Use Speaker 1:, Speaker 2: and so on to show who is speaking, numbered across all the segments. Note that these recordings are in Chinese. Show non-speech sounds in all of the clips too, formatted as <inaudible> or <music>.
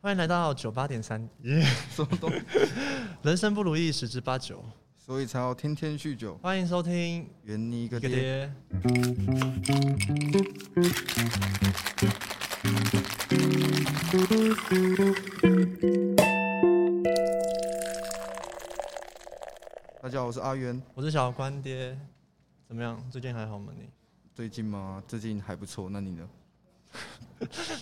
Speaker 1: 欢迎来到九八点三，
Speaker 2: 什么东西？
Speaker 1: 人生不如意十之八九。
Speaker 2: <laughs> 所以才要天天酗酒，
Speaker 1: 欢迎收听
Speaker 2: 圆你一个
Speaker 1: 一个
Speaker 2: 爹。
Speaker 1: 爹。
Speaker 2: 大家好，我是阿渊。
Speaker 1: 我是小关爹，怎么样？最近还好吗你？
Speaker 2: 最近吗？最近还不错。那你呢？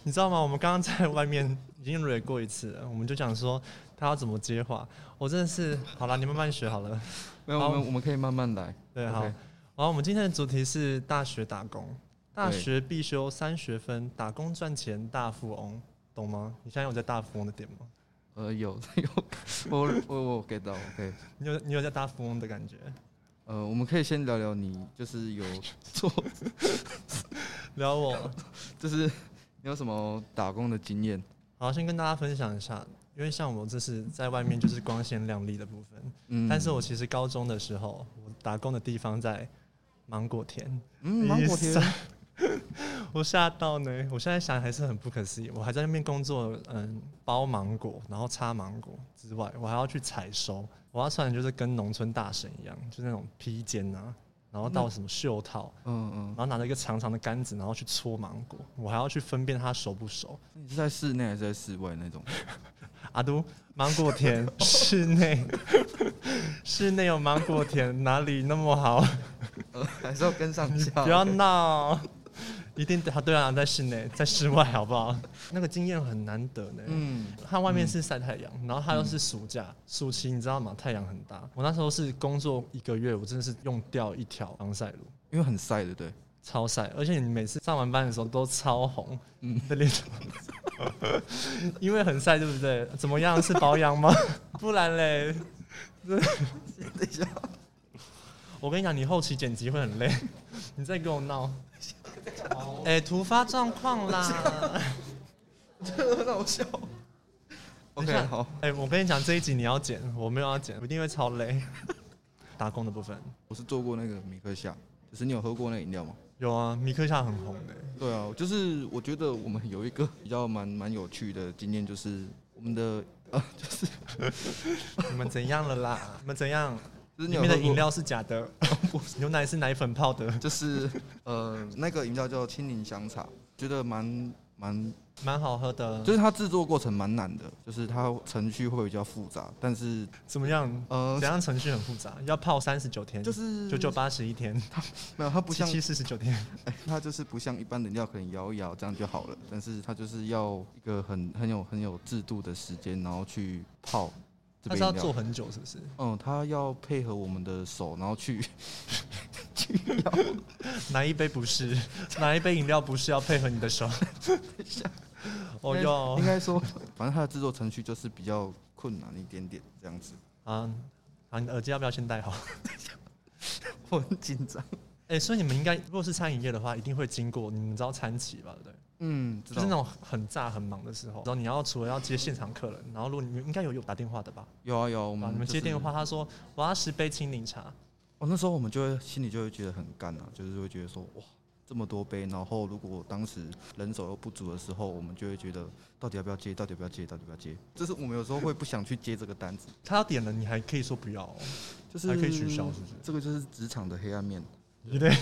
Speaker 1: 你知道吗？我们刚刚在外面已经蕊过一次了，我们就讲说他要怎么接话。我真的是，好了，你慢慢学好了。
Speaker 2: 没有，
Speaker 1: 好
Speaker 2: 我们我们可以慢慢来。
Speaker 1: 对，
Speaker 2: OK
Speaker 1: 好。然后我们今天的主题是大学打工，大学必修三学分，打工赚钱大富翁，懂吗？你现在有在大富翁的点吗？
Speaker 2: 呃，有 <laughs> 有，我我我 get 到，OK。
Speaker 1: 你有你有在大富翁的感觉？
Speaker 2: 呃，我们可以先聊聊你，就是有 <laughs> 做，
Speaker 1: 聊我，
Speaker 2: 就是你有什么打工的经验？
Speaker 1: 好，先跟大家分享一下，因为像我这是在外面就是光鲜亮丽的部分，
Speaker 2: 嗯
Speaker 1: 但是我其实高中的时候，我打工的地方在芒果田，
Speaker 2: 嗯，芒果
Speaker 1: 一
Speaker 2: 田，
Speaker 1: 三我吓到呢，我现在想还是很不可思议。我还在那边工作，嗯，包芒果，然后插芒果之外，我还要去采收。我要穿的就是跟农村大神一样，就那种披肩啊，然后到什么袖套，
Speaker 2: 嗯嗯
Speaker 1: 然，后拿着一个长长的杆子，然后去搓芒果。我还要去分辨它熟不熟。
Speaker 2: 你是在室内还是在室外那种？ <laughs>
Speaker 1: 阿都，芒果田室内， <laughs> 室内有芒果田，哪里那么好？
Speaker 2: 呃，还是要跟上
Speaker 1: <laughs>
Speaker 2: 下。
Speaker 1: 不要
Speaker 2: OK
Speaker 1: 闹，一定啊，对啊，在室内，在室外，好不好？那个经验很难得呢。
Speaker 2: 嗯，
Speaker 1: 它外面是晒太阳，然后它又是暑假、暑期，你知道吗？太阳很大。我那时候是工作一个月，我真的是用掉一条防晒乳，
Speaker 2: 因为很晒的，
Speaker 1: <laughs>
Speaker 2: 对。
Speaker 1: 超晒。而且你每次上完班的时候都超红，嗯，的脸， <laughs> 因为很晒，对不对？怎么样？是保养
Speaker 2: <laughs>
Speaker 1: 吗？不然嘞，
Speaker 2: 等一下，
Speaker 1: 我跟你讲，你后期剪辑会很
Speaker 2: <laughs>
Speaker 1: 累，你再给我闹。哎、突发状况啦！ <laughs>
Speaker 2: 这很好笑。
Speaker 1: 等一
Speaker 2: <laughs> OK，
Speaker 1: 下
Speaker 2: 好。
Speaker 1: 哎、我跟你讲，这一集你要剪，我没有要剪，我一定会超
Speaker 2: <laughs>
Speaker 1: 累。打工的部分
Speaker 2: 我是做过那个米克夏，就是你有喝过那个饮料吗？
Speaker 1: 有啊，米克夏很红的、
Speaker 2: 对啊，就是我觉得我们有一个比较蛮蛮有趣的经验，就是我们的啊，就是
Speaker 1: 你们怎样了啦？你们怎样？
Speaker 2: 就是
Speaker 1: 里
Speaker 2: 你有
Speaker 1: 面的
Speaker 2: 喝过
Speaker 1: 饮，料是假的， <laughs> 牛奶是奶粉泡的，
Speaker 2: <laughs> 就是呃那个饮料叫青柠香茶，觉得蛮蛮，
Speaker 1: 蛮好喝的。
Speaker 2: 就是它制作过程蛮难的，就是它程序会比较复杂，但是
Speaker 1: 怎么样？
Speaker 2: 呃
Speaker 1: 怎样程序很复杂，要泡三十九天，
Speaker 2: 就是
Speaker 1: 九九八十一天，
Speaker 2: 没有它不
Speaker 1: 七
Speaker 2: 像哎
Speaker 1: 七四十九天。
Speaker 2: 它就是不像一般的饮料可能摇一摇这样就好了，但是它就是要一个很很有很有制度的时间，然后去泡这
Speaker 1: 它
Speaker 2: 杯
Speaker 1: 是要
Speaker 2: 饮料
Speaker 1: 做。很久，是不是？
Speaker 2: 嗯，它要配合我们的手，然后去
Speaker 1: 哪一杯不是？哪一杯饮料不是要配合你的手？哦哟
Speaker 2: 应该 <laughs> 说，反正它的制作程序就是比较困难一点点这样子。 <laughs>
Speaker 1: 啊啊！你耳机要不要先戴好？
Speaker 2: 我很紧张。
Speaker 1: 哎、所以你们应该，如果是餐饮业的话，一定会经过，你们知道餐期吧？对不对？
Speaker 2: 嗯，知
Speaker 1: 就是
Speaker 2: 道
Speaker 1: 那。种很炸很忙的时候，然后你要除了要接现场客人，然后如果你们应该有有打电话的吧？
Speaker 2: 有啊有啊，我们、
Speaker 1: 啊，你们接电。话，他说我要十杯青柠茶，
Speaker 2: 哦，那时候我们就会心里就会觉得很干啊，就是会觉得说哇这么多杯，然后如果当时人手又不足的时候，我们就会觉得到底要不要接，到底要不要接，到底要不要接。就是我们有时候会不想去接这个单子，
Speaker 1: 他要点了，你还可以说不要、哦，
Speaker 2: 就是
Speaker 1: 还可以取消，是不是？
Speaker 2: 这个就是职场的黑暗 <laughs> 面，
Speaker 1: 你对，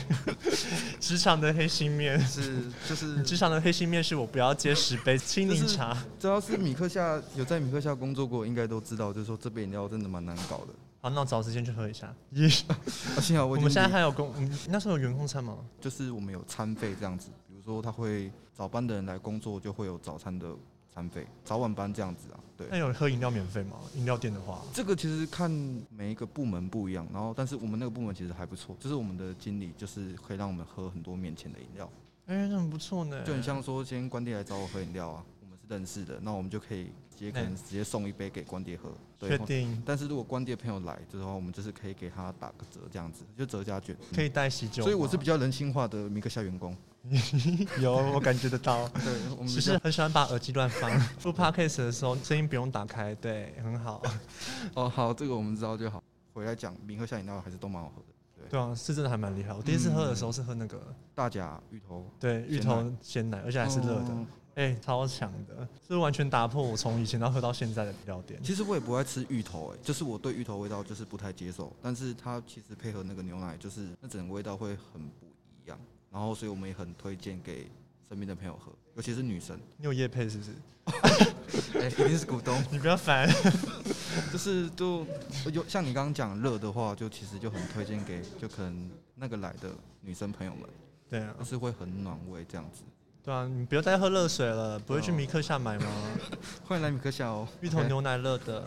Speaker 1: <laughs> 职场的黑心面，
Speaker 2: 是就是
Speaker 1: 职场的黑心面是我不要接十杯青柠茶，
Speaker 2: 只要是米克夏有在米克夏工作过，应该都知道，就是说这杯饮料真的蛮难搞的。
Speaker 1: 好，那我找时间去喝一下。
Speaker 2: 啊，幸好
Speaker 1: 我
Speaker 2: 我已
Speaker 1: 们
Speaker 2: 经
Speaker 1: 现在还有工，你那时候有员工餐吗？
Speaker 2: 就是我们有餐费这样子，比如说他会早班的人来工作，就会有早餐的餐费，早晚班这样子啊。对，
Speaker 1: 那有喝饮料免费吗？饮料店的话，
Speaker 2: 这个其实看每一个部门不一样，然后但是我们那个部门其实还不错，就是我们的经理就是可以让我们喝很多面前的饮料，
Speaker 1: 哎、那很不错呢，
Speaker 2: 就很像说今天关爹来找我喝饮料啊，我们是认识的，那我们就可以直接可能直接送一杯给关爹喝。对
Speaker 1: 确，定
Speaker 2: 但是如果关爹朋友来的话，我们就是可以给他打个折这样子，就折价券。嗯
Speaker 1: 可以带喜酒吗。
Speaker 2: 所以我是比较人性化的米克夏员工。
Speaker 1: <laughs> 有，我感觉得到。
Speaker 2: 对，我们
Speaker 1: 只
Speaker 2: 比
Speaker 1: 是
Speaker 2: 较
Speaker 1: 很喜欢把耳机乱 <laughs> 放，录 podcast 的时候声音不用打开，对，很好。
Speaker 2: 哦，好，这个我们知道就好。回来讲，明和夏饮料还是都蛮好喝的。
Speaker 1: 对啊，是真的还蛮厉害。我第一次喝的时候是喝那个
Speaker 2: 大甲芋头
Speaker 1: 对芋头鲜奶，而且还是热的。哎、
Speaker 2: 嗯
Speaker 1: 哎、超强的，是完全打破我从以前到喝到现在的饮料店。
Speaker 2: 其实我也不爱吃芋头、哎，就是我对芋头味道就是不太接受，但是它其实配合那个牛奶，就是那整个味道会很不一样。然后，所以我们也很推荐给身边的朋友喝，尤其是女生，
Speaker 1: 你有夜配是不是？
Speaker 2: 哎、一定是股东，
Speaker 1: 你不要烦。
Speaker 2: <laughs> 就是就有像你刚刚讲热的话，就其实就很推荐给就可能那个来的女生朋友们，
Speaker 1: 对啊，
Speaker 2: 就是会很暖胃这样子。
Speaker 1: 对啊，你不要再喝热水了，不会去米克夏买吗？ <laughs>
Speaker 2: 欢迎来米克夏哦，
Speaker 1: 芋头牛奶热的。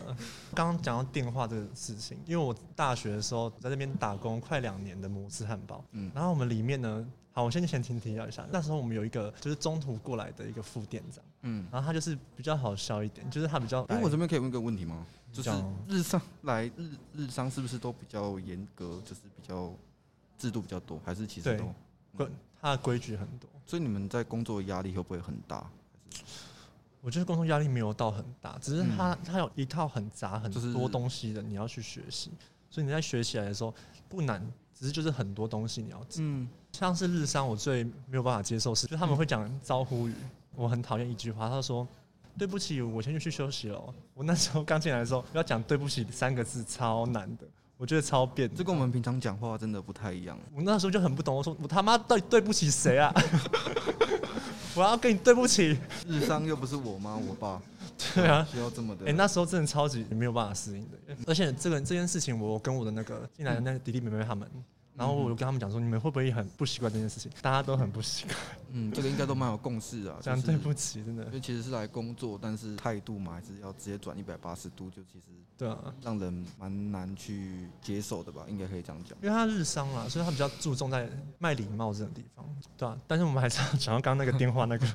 Speaker 1: 刚刚讲到电话这个事情，因为我大学的时候在那边打工快两年的摩斯汉堡，
Speaker 2: 嗯
Speaker 1: 然后我们里面呢，好，我先先停提要一下，那时候我们有一个就是中途过来的一个副店长，
Speaker 2: 嗯。
Speaker 1: 然后他就是比较好笑一点，就是他比较，
Speaker 2: 哎、我这边可以问一个问题吗？就是
Speaker 1: 讲哦
Speaker 2: 日商来日日商是不是都比较严格，就是比较制度比较多，还是其实
Speaker 1: 对
Speaker 2: 都？
Speaker 1: 规他的规矩很多，
Speaker 2: 所以你们在工作压力会不会很大？
Speaker 1: 我觉得工作压力没有到很大，只是他、他有一套很杂很
Speaker 2: 嗯就是
Speaker 1: 多东西的，你要去学习，所以你在学起来的时候不难，只是就是很多东西你要知道
Speaker 2: 嗯，
Speaker 1: 像是日商，我最没有办法接受是，就是他们会讲招呼语，我很讨厌一句话，他说。对不起，我先去休息了哦。我那时候刚进来的时候，要讲“对不起”三个字超难的，我觉得超变态。
Speaker 2: 这跟我们平常讲话真的不太一样。
Speaker 1: 我那时候就很不懂，我说我他妈到底对不起谁啊？ <laughs> 我要跟你对不
Speaker 2: <laughs>
Speaker 1: 起。
Speaker 2: 日商又不是我妈我爸， <laughs>
Speaker 1: 对啊，
Speaker 2: 需要这么的。
Speaker 1: 哎、那时候真的超级没有办法适应的，而且这个这件事情，我跟我的那个进来的那个弟弟妹妹他们，然
Speaker 2: 嗯
Speaker 1: 后我就跟他们讲说，你们会不会很不习惯这件事情？ <laughs> 大家都很不习惯，
Speaker 2: 嗯，这个应该都蛮有共识啊。
Speaker 1: <laughs> 讲
Speaker 2: 就是
Speaker 1: 对不起，真的
Speaker 2: <laughs> 因，为其实是来工作，但是态度嘛，还是要直接转一百八十度，就其实
Speaker 1: 对啊。
Speaker 2: 让人蛮难去接受的吧，应该可以这样讲。
Speaker 1: 因为他日商啦，所以他比较注重在卖礼貌这种地方，对啊。但是我们还是要讲到刚刚那个电话那
Speaker 2: <laughs>
Speaker 1: 个，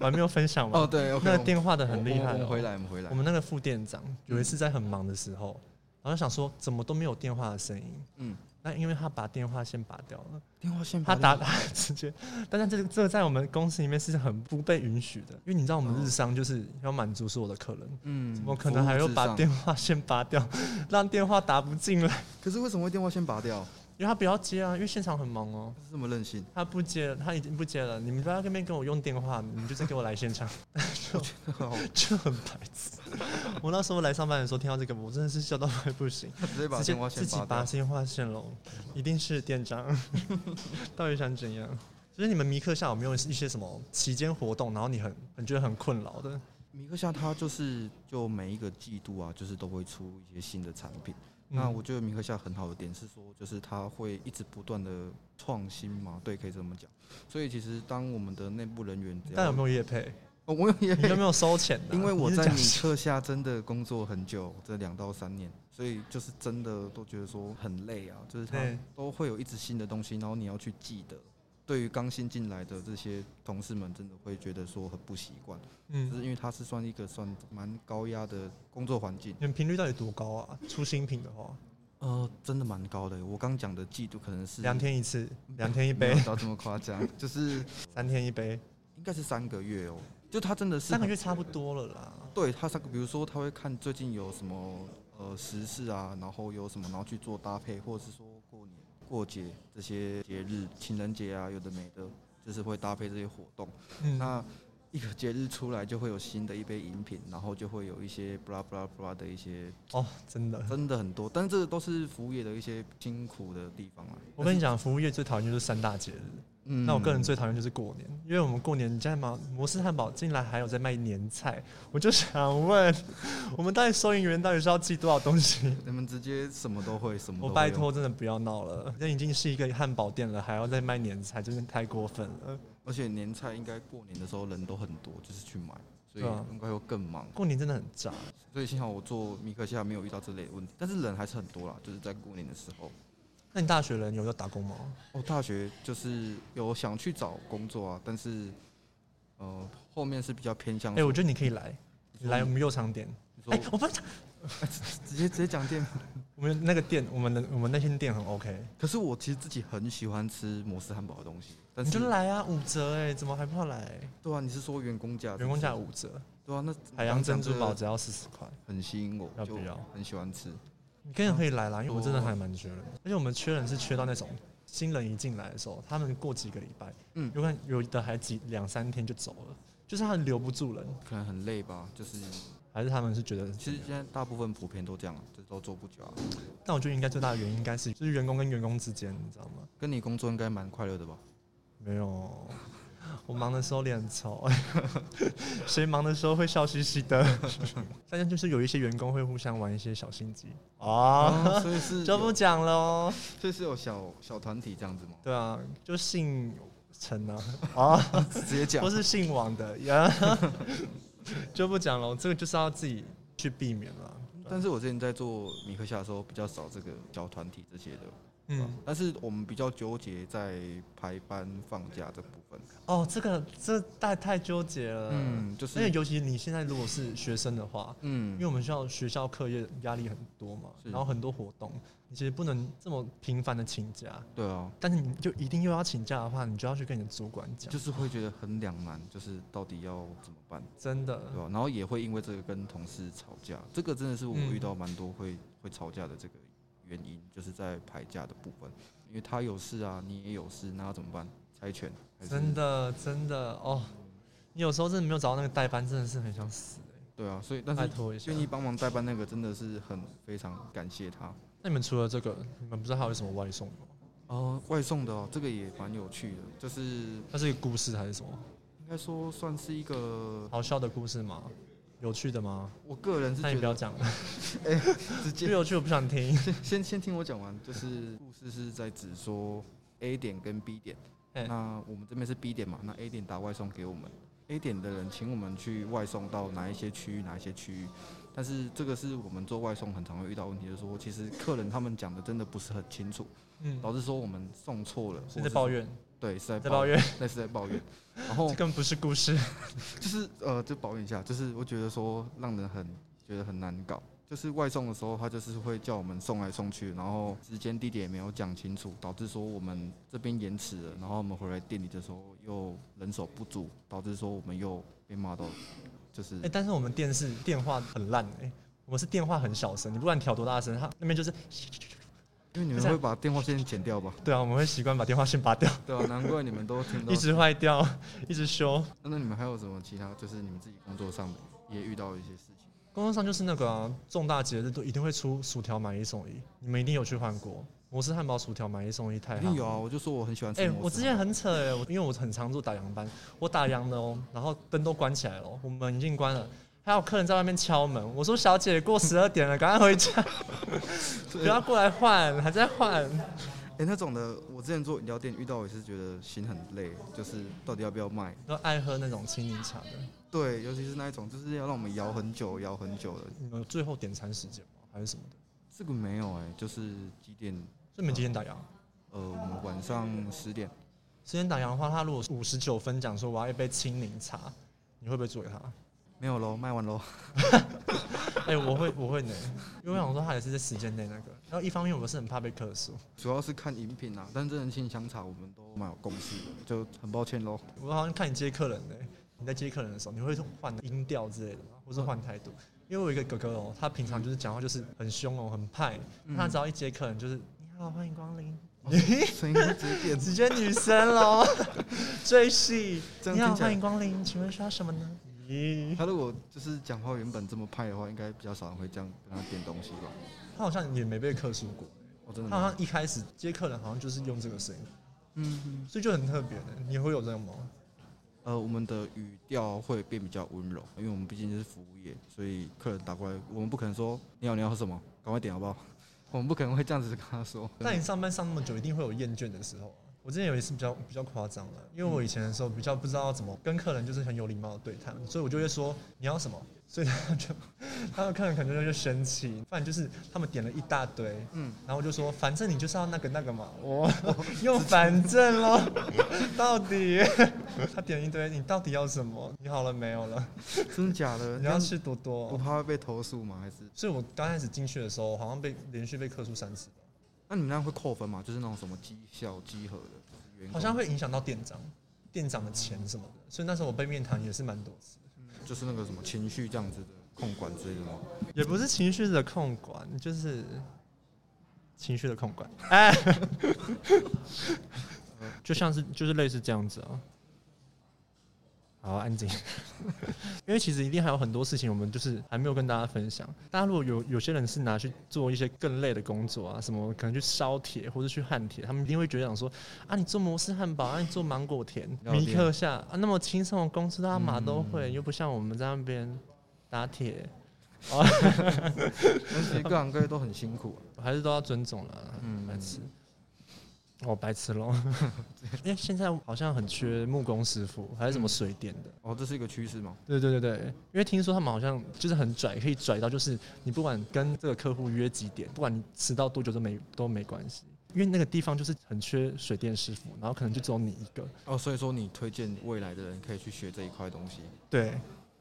Speaker 1: 我还没有分享完。
Speaker 2: 哦，对，OK，
Speaker 1: 那
Speaker 2: 我
Speaker 1: 个
Speaker 2: 们
Speaker 1: 电话的很厉害、
Speaker 2: 我们我们
Speaker 1: 哦。
Speaker 2: 回来，我们回来
Speaker 1: 我。们那个副店长有一次在很忙的时候，然后想说怎么都没有电话的声音。
Speaker 2: 嗯，
Speaker 1: 那因为他把电话先拔掉了，
Speaker 2: 电话线
Speaker 1: 他打 <laughs> 他直接，但是这个这个在我们公司里面是很不被允许的，因为你知道我们日商就是要满足所有的客人，
Speaker 2: 嗯，
Speaker 1: 怎么可能还
Speaker 2: 服
Speaker 1: 会
Speaker 2: 务至
Speaker 1: 把
Speaker 2: 上
Speaker 1: 电话先拔掉，让电话打不进来？
Speaker 2: 可是为什么会电话线
Speaker 1: <laughs>
Speaker 2: 拔掉？
Speaker 1: 因为他不要接啊，因为现场很忙哦。
Speaker 2: 这是这么任性？
Speaker 1: 他不接了，他已经不接了。你们不要在那边跟我用电话，你们就再给我来现场， <laughs> 就很白痴。 <laughs> 我那时候来上班的时候听到这个，我真的是笑到快不行，
Speaker 2: 直接把
Speaker 1: 直
Speaker 2: 电话
Speaker 1: 接自
Speaker 2: 线
Speaker 1: 己拔
Speaker 2: 拔掉。
Speaker 1: 电话线喽，一定是店长， <laughs> 到底想怎样？就是你们迷客下有没有一些什么期间活动，然后你很很觉得很困扰的？
Speaker 2: 米克夏它就是就每一个季度啊，就是都会出一些新的产品。那
Speaker 1: 嗯
Speaker 2: 我觉得米克夏很好的点是说，就是它会一直不断的创新嘛，对，可以这么讲。所以其实当我们的内部人员只要，
Speaker 1: 但有没有业配？
Speaker 2: 哦我也
Speaker 1: 你有没有收钱的啊、
Speaker 2: 因为我
Speaker 1: 你是
Speaker 2: 在
Speaker 1: 讲
Speaker 2: 米克夏真的工作很久，这两到三年，所以就是真的都觉得说很累啊，就是它
Speaker 1: 对
Speaker 2: 都会有一直新的东西，然后你要去记得。对于刚新进来的这些同事们，真的会觉得说很不习惯，就
Speaker 1: 嗯，
Speaker 2: 是因为它是算一个算蛮高压的工作环境，
Speaker 1: 你们频率到底多高啊？出新品的话，
Speaker 2: 呃，真的蛮高的。我刚讲的季度可能是
Speaker 1: 两天一次，两天一
Speaker 2: 没有
Speaker 1: 杯，
Speaker 2: 到这么夸张， <laughs> 就是
Speaker 1: 三天一杯，
Speaker 2: 应该是三个月哦。就他真的是
Speaker 1: 三个月差不多了啦。
Speaker 2: 对他三个，比如说他会看最近有什么呃时事啊，然后有什么，然后去做搭配，或者是说过年、过节这些节日，情人节啊，有的没的，就是会搭配这些活动。
Speaker 1: 嗯，
Speaker 2: 那一个节日出来就会有新的一杯饮品，然后就会有一些 blah blah blah 的一些，
Speaker 1: 哦，真的，
Speaker 2: 真的很多，但是这个都是服务业的一些辛苦的地方啊。
Speaker 1: 我跟你讲，服务业最讨厌就是三大节日。
Speaker 2: 嗯
Speaker 1: 那我个人最讨厌就是过年，因为我们过年，你知道吗？摩斯汉堡进来还有在卖年菜，我就想问，我们到底收银员到底是要寄多少东西？
Speaker 2: 你们直接什么都会，什嗯么都
Speaker 1: 我
Speaker 2: 会
Speaker 1: 拜托，真的不要闹了，这已经是一个汉堡店了，还要再卖年菜，真的太过分了。
Speaker 2: 而且年菜应该过年的时候人都很多，就是去买，所以
Speaker 1: 对啊
Speaker 2: 应该会更忙。
Speaker 1: 过年真的很炸，
Speaker 2: 所以幸好我做米克夏没有遇到这类的问题，但是人还是很多啦，就是在过年的时候。
Speaker 1: 那你大学人有要打工吗？
Speaker 2: 我、大学就是有想去找工作啊，但是呃后面是比较偏向
Speaker 1: 哎、
Speaker 2: 说。
Speaker 1: 我觉得你可以来，
Speaker 2: 你说
Speaker 1: 来我们右场点。
Speaker 2: 你说
Speaker 1: 哎、我不是，
Speaker 2: 直接直接讲店。
Speaker 1: 我们那个店，我们的我们那间店很 OK，
Speaker 2: 可是我其实自己很喜欢吃摩斯汉堡的东西，但
Speaker 1: 你
Speaker 2: 是
Speaker 1: 就来啊，五折哎、怎么还不来？
Speaker 2: 对啊，你是说员工价？
Speaker 1: 员工价五折，
Speaker 2: 对啊，那
Speaker 1: 海洋珍
Speaker 2: 刚
Speaker 1: 珠
Speaker 2: 刚
Speaker 1: 堡
Speaker 2: 讲这
Speaker 1: 只要四十块。
Speaker 2: 个很吸引我，
Speaker 1: 要
Speaker 2: 就
Speaker 1: 不要
Speaker 2: 很喜欢吃。
Speaker 1: 你跟人可以来啦，因为我真的还蛮缺人，而且我们缺人是缺到那种新人一进来的时候，他们过几个礼拜，
Speaker 2: 嗯
Speaker 1: 嗯，有可能有的还几两三天就走了，就是他留不住人，
Speaker 2: 可能很累吧。就是
Speaker 1: 还是他们是觉得
Speaker 2: 其实现在大部分普遍都这样啊，就都做不久啊。
Speaker 1: 但我觉得应该最大的原因应该是就是员工跟员工之间，你知道吗？
Speaker 2: 跟你工作应该蛮快乐的吧？
Speaker 1: 没有，我忙的时候脸很臭， <laughs> 谁忙的时候会笑嘻嘻的？ <laughs> 但是就是有一些员工会互相玩一些小心机啊，
Speaker 2: <laughs> 啊，所以是
Speaker 1: 就
Speaker 2: 有
Speaker 1: 不讲了哦。
Speaker 2: 所以是有小小团体这样子
Speaker 1: <laughs>
Speaker 2: 吗？
Speaker 1: 对啊，就姓陈啊啊，
Speaker 2: 直接讲
Speaker 1: 或，是姓王的 <laughs> 呀，就不讲了。这个就是要自己去避免了。
Speaker 2: 但是我之前在做米克夏的时候比较少这个小团体这些的，
Speaker 1: 嗯，
Speaker 2: 但是我们比较纠结在排班放假这部分，
Speaker 1: 哦，这个这太太纠结了。嗯，
Speaker 2: 嗯，就
Speaker 1: 而且
Speaker 2: 是
Speaker 1: 尤其你现在如果是学生的话，因
Speaker 2: 嗯
Speaker 1: 为我们学校学校课业压力很多嘛，
Speaker 2: 是
Speaker 1: 然后很多活动，你其实不能这么频繁的请假。
Speaker 2: 对啊，
Speaker 1: 但是你就一定又要请假的话，你就要去跟你的主管讲，
Speaker 2: 就是会觉得很两难，就是到底要怎么办，
Speaker 1: 真的
Speaker 2: 对吧、然后也会因为这个跟同事吵架，这个真的是我
Speaker 1: 嗯
Speaker 2: 遇到蛮多会会吵架的这个原因，就是在排假的部分，因为他有事啊，你也有事，那要怎么办？猜拳，还是
Speaker 1: 真的真的哦，你有时候真的没有找到那个代班，真的是很想死、
Speaker 2: 对啊，所以
Speaker 1: 欸。
Speaker 2: 但
Speaker 1: 拜
Speaker 2: 是
Speaker 1: 托一下
Speaker 2: 愿。意帮忙代班那个真的是很非常感谢他。
Speaker 1: 那你们除了这个，你们不知道还有什么外送吗？
Speaker 2: 哦，外送的哦，这个也蛮有趣的，就是应
Speaker 1: 它是一个故事还是什么？
Speaker 2: 该说算是一个，
Speaker 1: 好笑的故事吗？有趣的吗？
Speaker 2: 我个人是
Speaker 1: 那你
Speaker 2: 觉
Speaker 1: 不要
Speaker 2: 得哎
Speaker 1: 讲了，
Speaker 2: 直
Speaker 1: 不
Speaker 2: 接
Speaker 1: 有趣我不想听。
Speaker 2: 先 <laughs> 先先听我讲完，就是故事是在指说 A 点跟 B 点，
Speaker 1: 哎
Speaker 2: 那我们这边是 B 点嘛，那 A 点打外送给我们，A 点的人请我们去外送到哪一些区域，哪一些区域。但是这个是我们做外送很常会遇到的问题，就是说，其实客人他们讲的真的不是很清楚，
Speaker 1: 嗯，
Speaker 2: 导致说我们送错了，
Speaker 1: 是
Speaker 2: 或
Speaker 1: 在
Speaker 2: 是
Speaker 1: 抱怨，
Speaker 2: 对，是在
Speaker 1: 在
Speaker 2: 抱
Speaker 1: 抱
Speaker 2: 怨，
Speaker 1: 怨，
Speaker 2: 那是在抱怨。然
Speaker 1: 这
Speaker 2: 后
Speaker 1: 根本不是故事。
Speaker 2: 就是呃，就抱怨一下，就是我觉得说让人很觉得很难搞。就是外送的时候，他就是会叫我们送来送去，然后时间地点也没有讲清楚，导致说我们这边延迟了，然后我们回来店里的时候又人手不足，导致说我们又被骂到，就是
Speaker 1: 哎、但是我们电视电话很烂哎、我们是电话很小声，你不管调多大声，它那边就是。
Speaker 2: 因为你
Speaker 1: 不
Speaker 2: 们
Speaker 1: 是啊
Speaker 2: 会把电话线剪掉吧？
Speaker 1: 对啊，我们会习惯把电话线拔掉，
Speaker 2: 对啊，难怪你们都听到
Speaker 1: 一。直坏掉，一直修。
Speaker 2: 那那你们还有什么其他？就是你们自己工作上也遇到一些事情？
Speaker 1: 工作上就是那个啊、重大节日都一定会出薯条买一送一，你们一定有去换过摩斯汉堡薯条买一送一太
Speaker 2: 一
Speaker 1: 好。
Speaker 2: 定有啊！我就说我很喜欢吃
Speaker 1: 哎、
Speaker 2: 摩斯汉堡。
Speaker 1: 我之前很扯哎、我因为我很常做打烊班，我打烊了哦，然后灯都关起来了哦，我门已经关了，还有客人在外面敲门，我说小姐过十二点了，赶快回家，不要过来换，还在换。
Speaker 2: 哎、那种的，我之前做饮料店遇到也是觉得心很累，就是到底要不要卖？
Speaker 1: 都爱喝那种青柠茶的，
Speaker 2: 对，尤其是那一种，就是要让我们摇很久、摇很久的。
Speaker 1: 你们最后点餐时间吗？还是什么的？
Speaker 2: 这个没有哎、就是几点？
Speaker 1: 所以你们几点打烊？啊
Speaker 2: 呃，我们晚上十点。
Speaker 1: 时间打烊的话，他如果五十九分讲说我要一杯青柠茶，你会不会做给他？ <laughs>
Speaker 2: 没有喽，卖完喽。
Speaker 1: 哎、我会，我会呢，因为我想说他也是在时间内那个。然后一方面我是很怕被客诉，
Speaker 2: 主要是看饮品啊，但真人清香茶我们都蛮有共识的，就很抱歉喽。
Speaker 1: 我好像看你接客人呢、你在接客人的时候，你会换音调之类的吗？或是换态度？因为我有一个哥哥哦、他平常就是讲话就是很凶哦、很派，
Speaker 2: 嗯
Speaker 1: 他只要一接客人就是你好，欢迎光临，
Speaker 2: 声音会直接变，
Speaker 1: 直接女生
Speaker 2: <laughs>
Speaker 1: 喽，最细。
Speaker 2: 这
Speaker 1: 你
Speaker 2: 样
Speaker 1: 好，
Speaker 2: 听起
Speaker 1: 欢迎
Speaker 2: 来。
Speaker 1: 光临，请问需要什么呢？咦，
Speaker 2: 他如果就是讲话原本这么派的话，应该比较少人会这样跟他点东西吧？
Speaker 1: 他好像也没被客诉过，
Speaker 2: 我、真的
Speaker 1: 他
Speaker 2: 没
Speaker 1: 好
Speaker 2: 有。
Speaker 1: 像一开始接客人好像就是用这个声音，
Speaker 2: 嗯嗯。
Speaker 1: 所以就很特别的、你会有这样吗？
Speaker 2: 呃，我们的语调会变比较温柔，因为我们毕竟是服务业，所以客人打过来，我们不可能说你好，你要喝什么，赶快点好不 <laughs> 好？我们不可能会这样子跟他说。 <laughs>
Speaker 1: 那你上班上那么久，一定会有厌倦的时候、啊。我之前有一次比较比较夸张了，因为我以前的时候比较不知道怎么跟客人就是很有礼貌的对谈，所以我就会说你要什么，所以他就 <laughs> 他的客人可能就生气，反正就是他们点了一大堆，嗯
Speaker 2: 嗯，
Speaker 1: 然后我就说反正你就是要那个那个嘛， <laughs> 我用反正咯， <laughs> 到底 <laughs> 他点一堆，你到底要什么？你好了没有了？
Speaker 2: 真的假的？
Speaker 1: 你要哦
Speaker 2: 这样
Speaker 1: 吃多
Speaker 2: 我
Speaker 1: 多？啊
Speaker 2: 怕会被投诉吗？还是
Speaker 1: 所以我刚开始进去的时候，好像被连续被客诉三次吧，
Speaker 2: 那你们那样会扣分吗？就是那种什么绩效、绩合的，就是员工
Speaker 1: 好像会影响到店长，店长的钱什么的，所以那时候我被面谈也是蛮多次的，
Speaker 2: 就是那个什么情绪这样子的控管之类的吗？
Speaker 1: 也不是情绪的控管，就是情绪的控管，哎， <laughs> 就像是就是类似这样子啊。好，安静。因为其实一定还有很多事情，我们就是还没有跟大家分享。大家如果有有些人是拿去做一些更累的工作啊，什么可能去烧铁或者去焊铁，他们一定会觉得想说啊，你做摩斯汉堡，啊，你做芒果甜、
Speaker 2: 了
Speaker 1: 米
Speaker 2: 解
Speaker 1: 克夏啊，那么轻松的工作，大家马都会，又不像我们在那边打铁，
Speaker 2: 但是各行各业都很辛苦、啊
Speaker 1: 还是都要尊重啦。
Speaker 2: 嗯
Speaker 1: 白痴，哦，白痴喽。 <laughs> 因为哎现在好像很缺木工师傅，还是什么水电的。
Speaker 2: 哦，这是一个趋势嘛？
Speaker 1: 嗯对对对对，因为听说他们好像就是很拽，可以拽到就是你不管跟这个客户约几点，不管你迟到多久都没都没关系，因为那个地方就是很缺水电师傅，然后可能就只有你一个。
Speaker 2: 哦，所以说你推荐未来的人可以去学这一块东西。
Speaker 1: 对，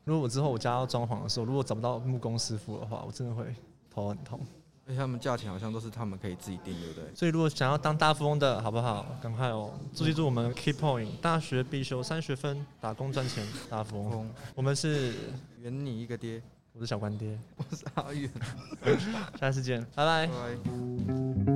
Speaker 1: 如果我之后我家要装潢的时候，如果找不到木工师傅的话，我真的会头很痛。
Speaker 2: 而且他们价钱好像都是他们可以自己定，对不对？
Speaker 1: 所以如果想要当大富翁的好不好，赶快哦！注记住我们 key point，大学必修三学分，打工赚钱，大富翁。
Speaker 2: 风
Speaker 1: 我们是
Speaker 2: 圆你一个爹， <laughs>
Speaker 1: 我是小关爹，
Speaker 2: 我是阿远，
Speaker 1: 下次见，拜拜
Speaker 2: 拜。拜。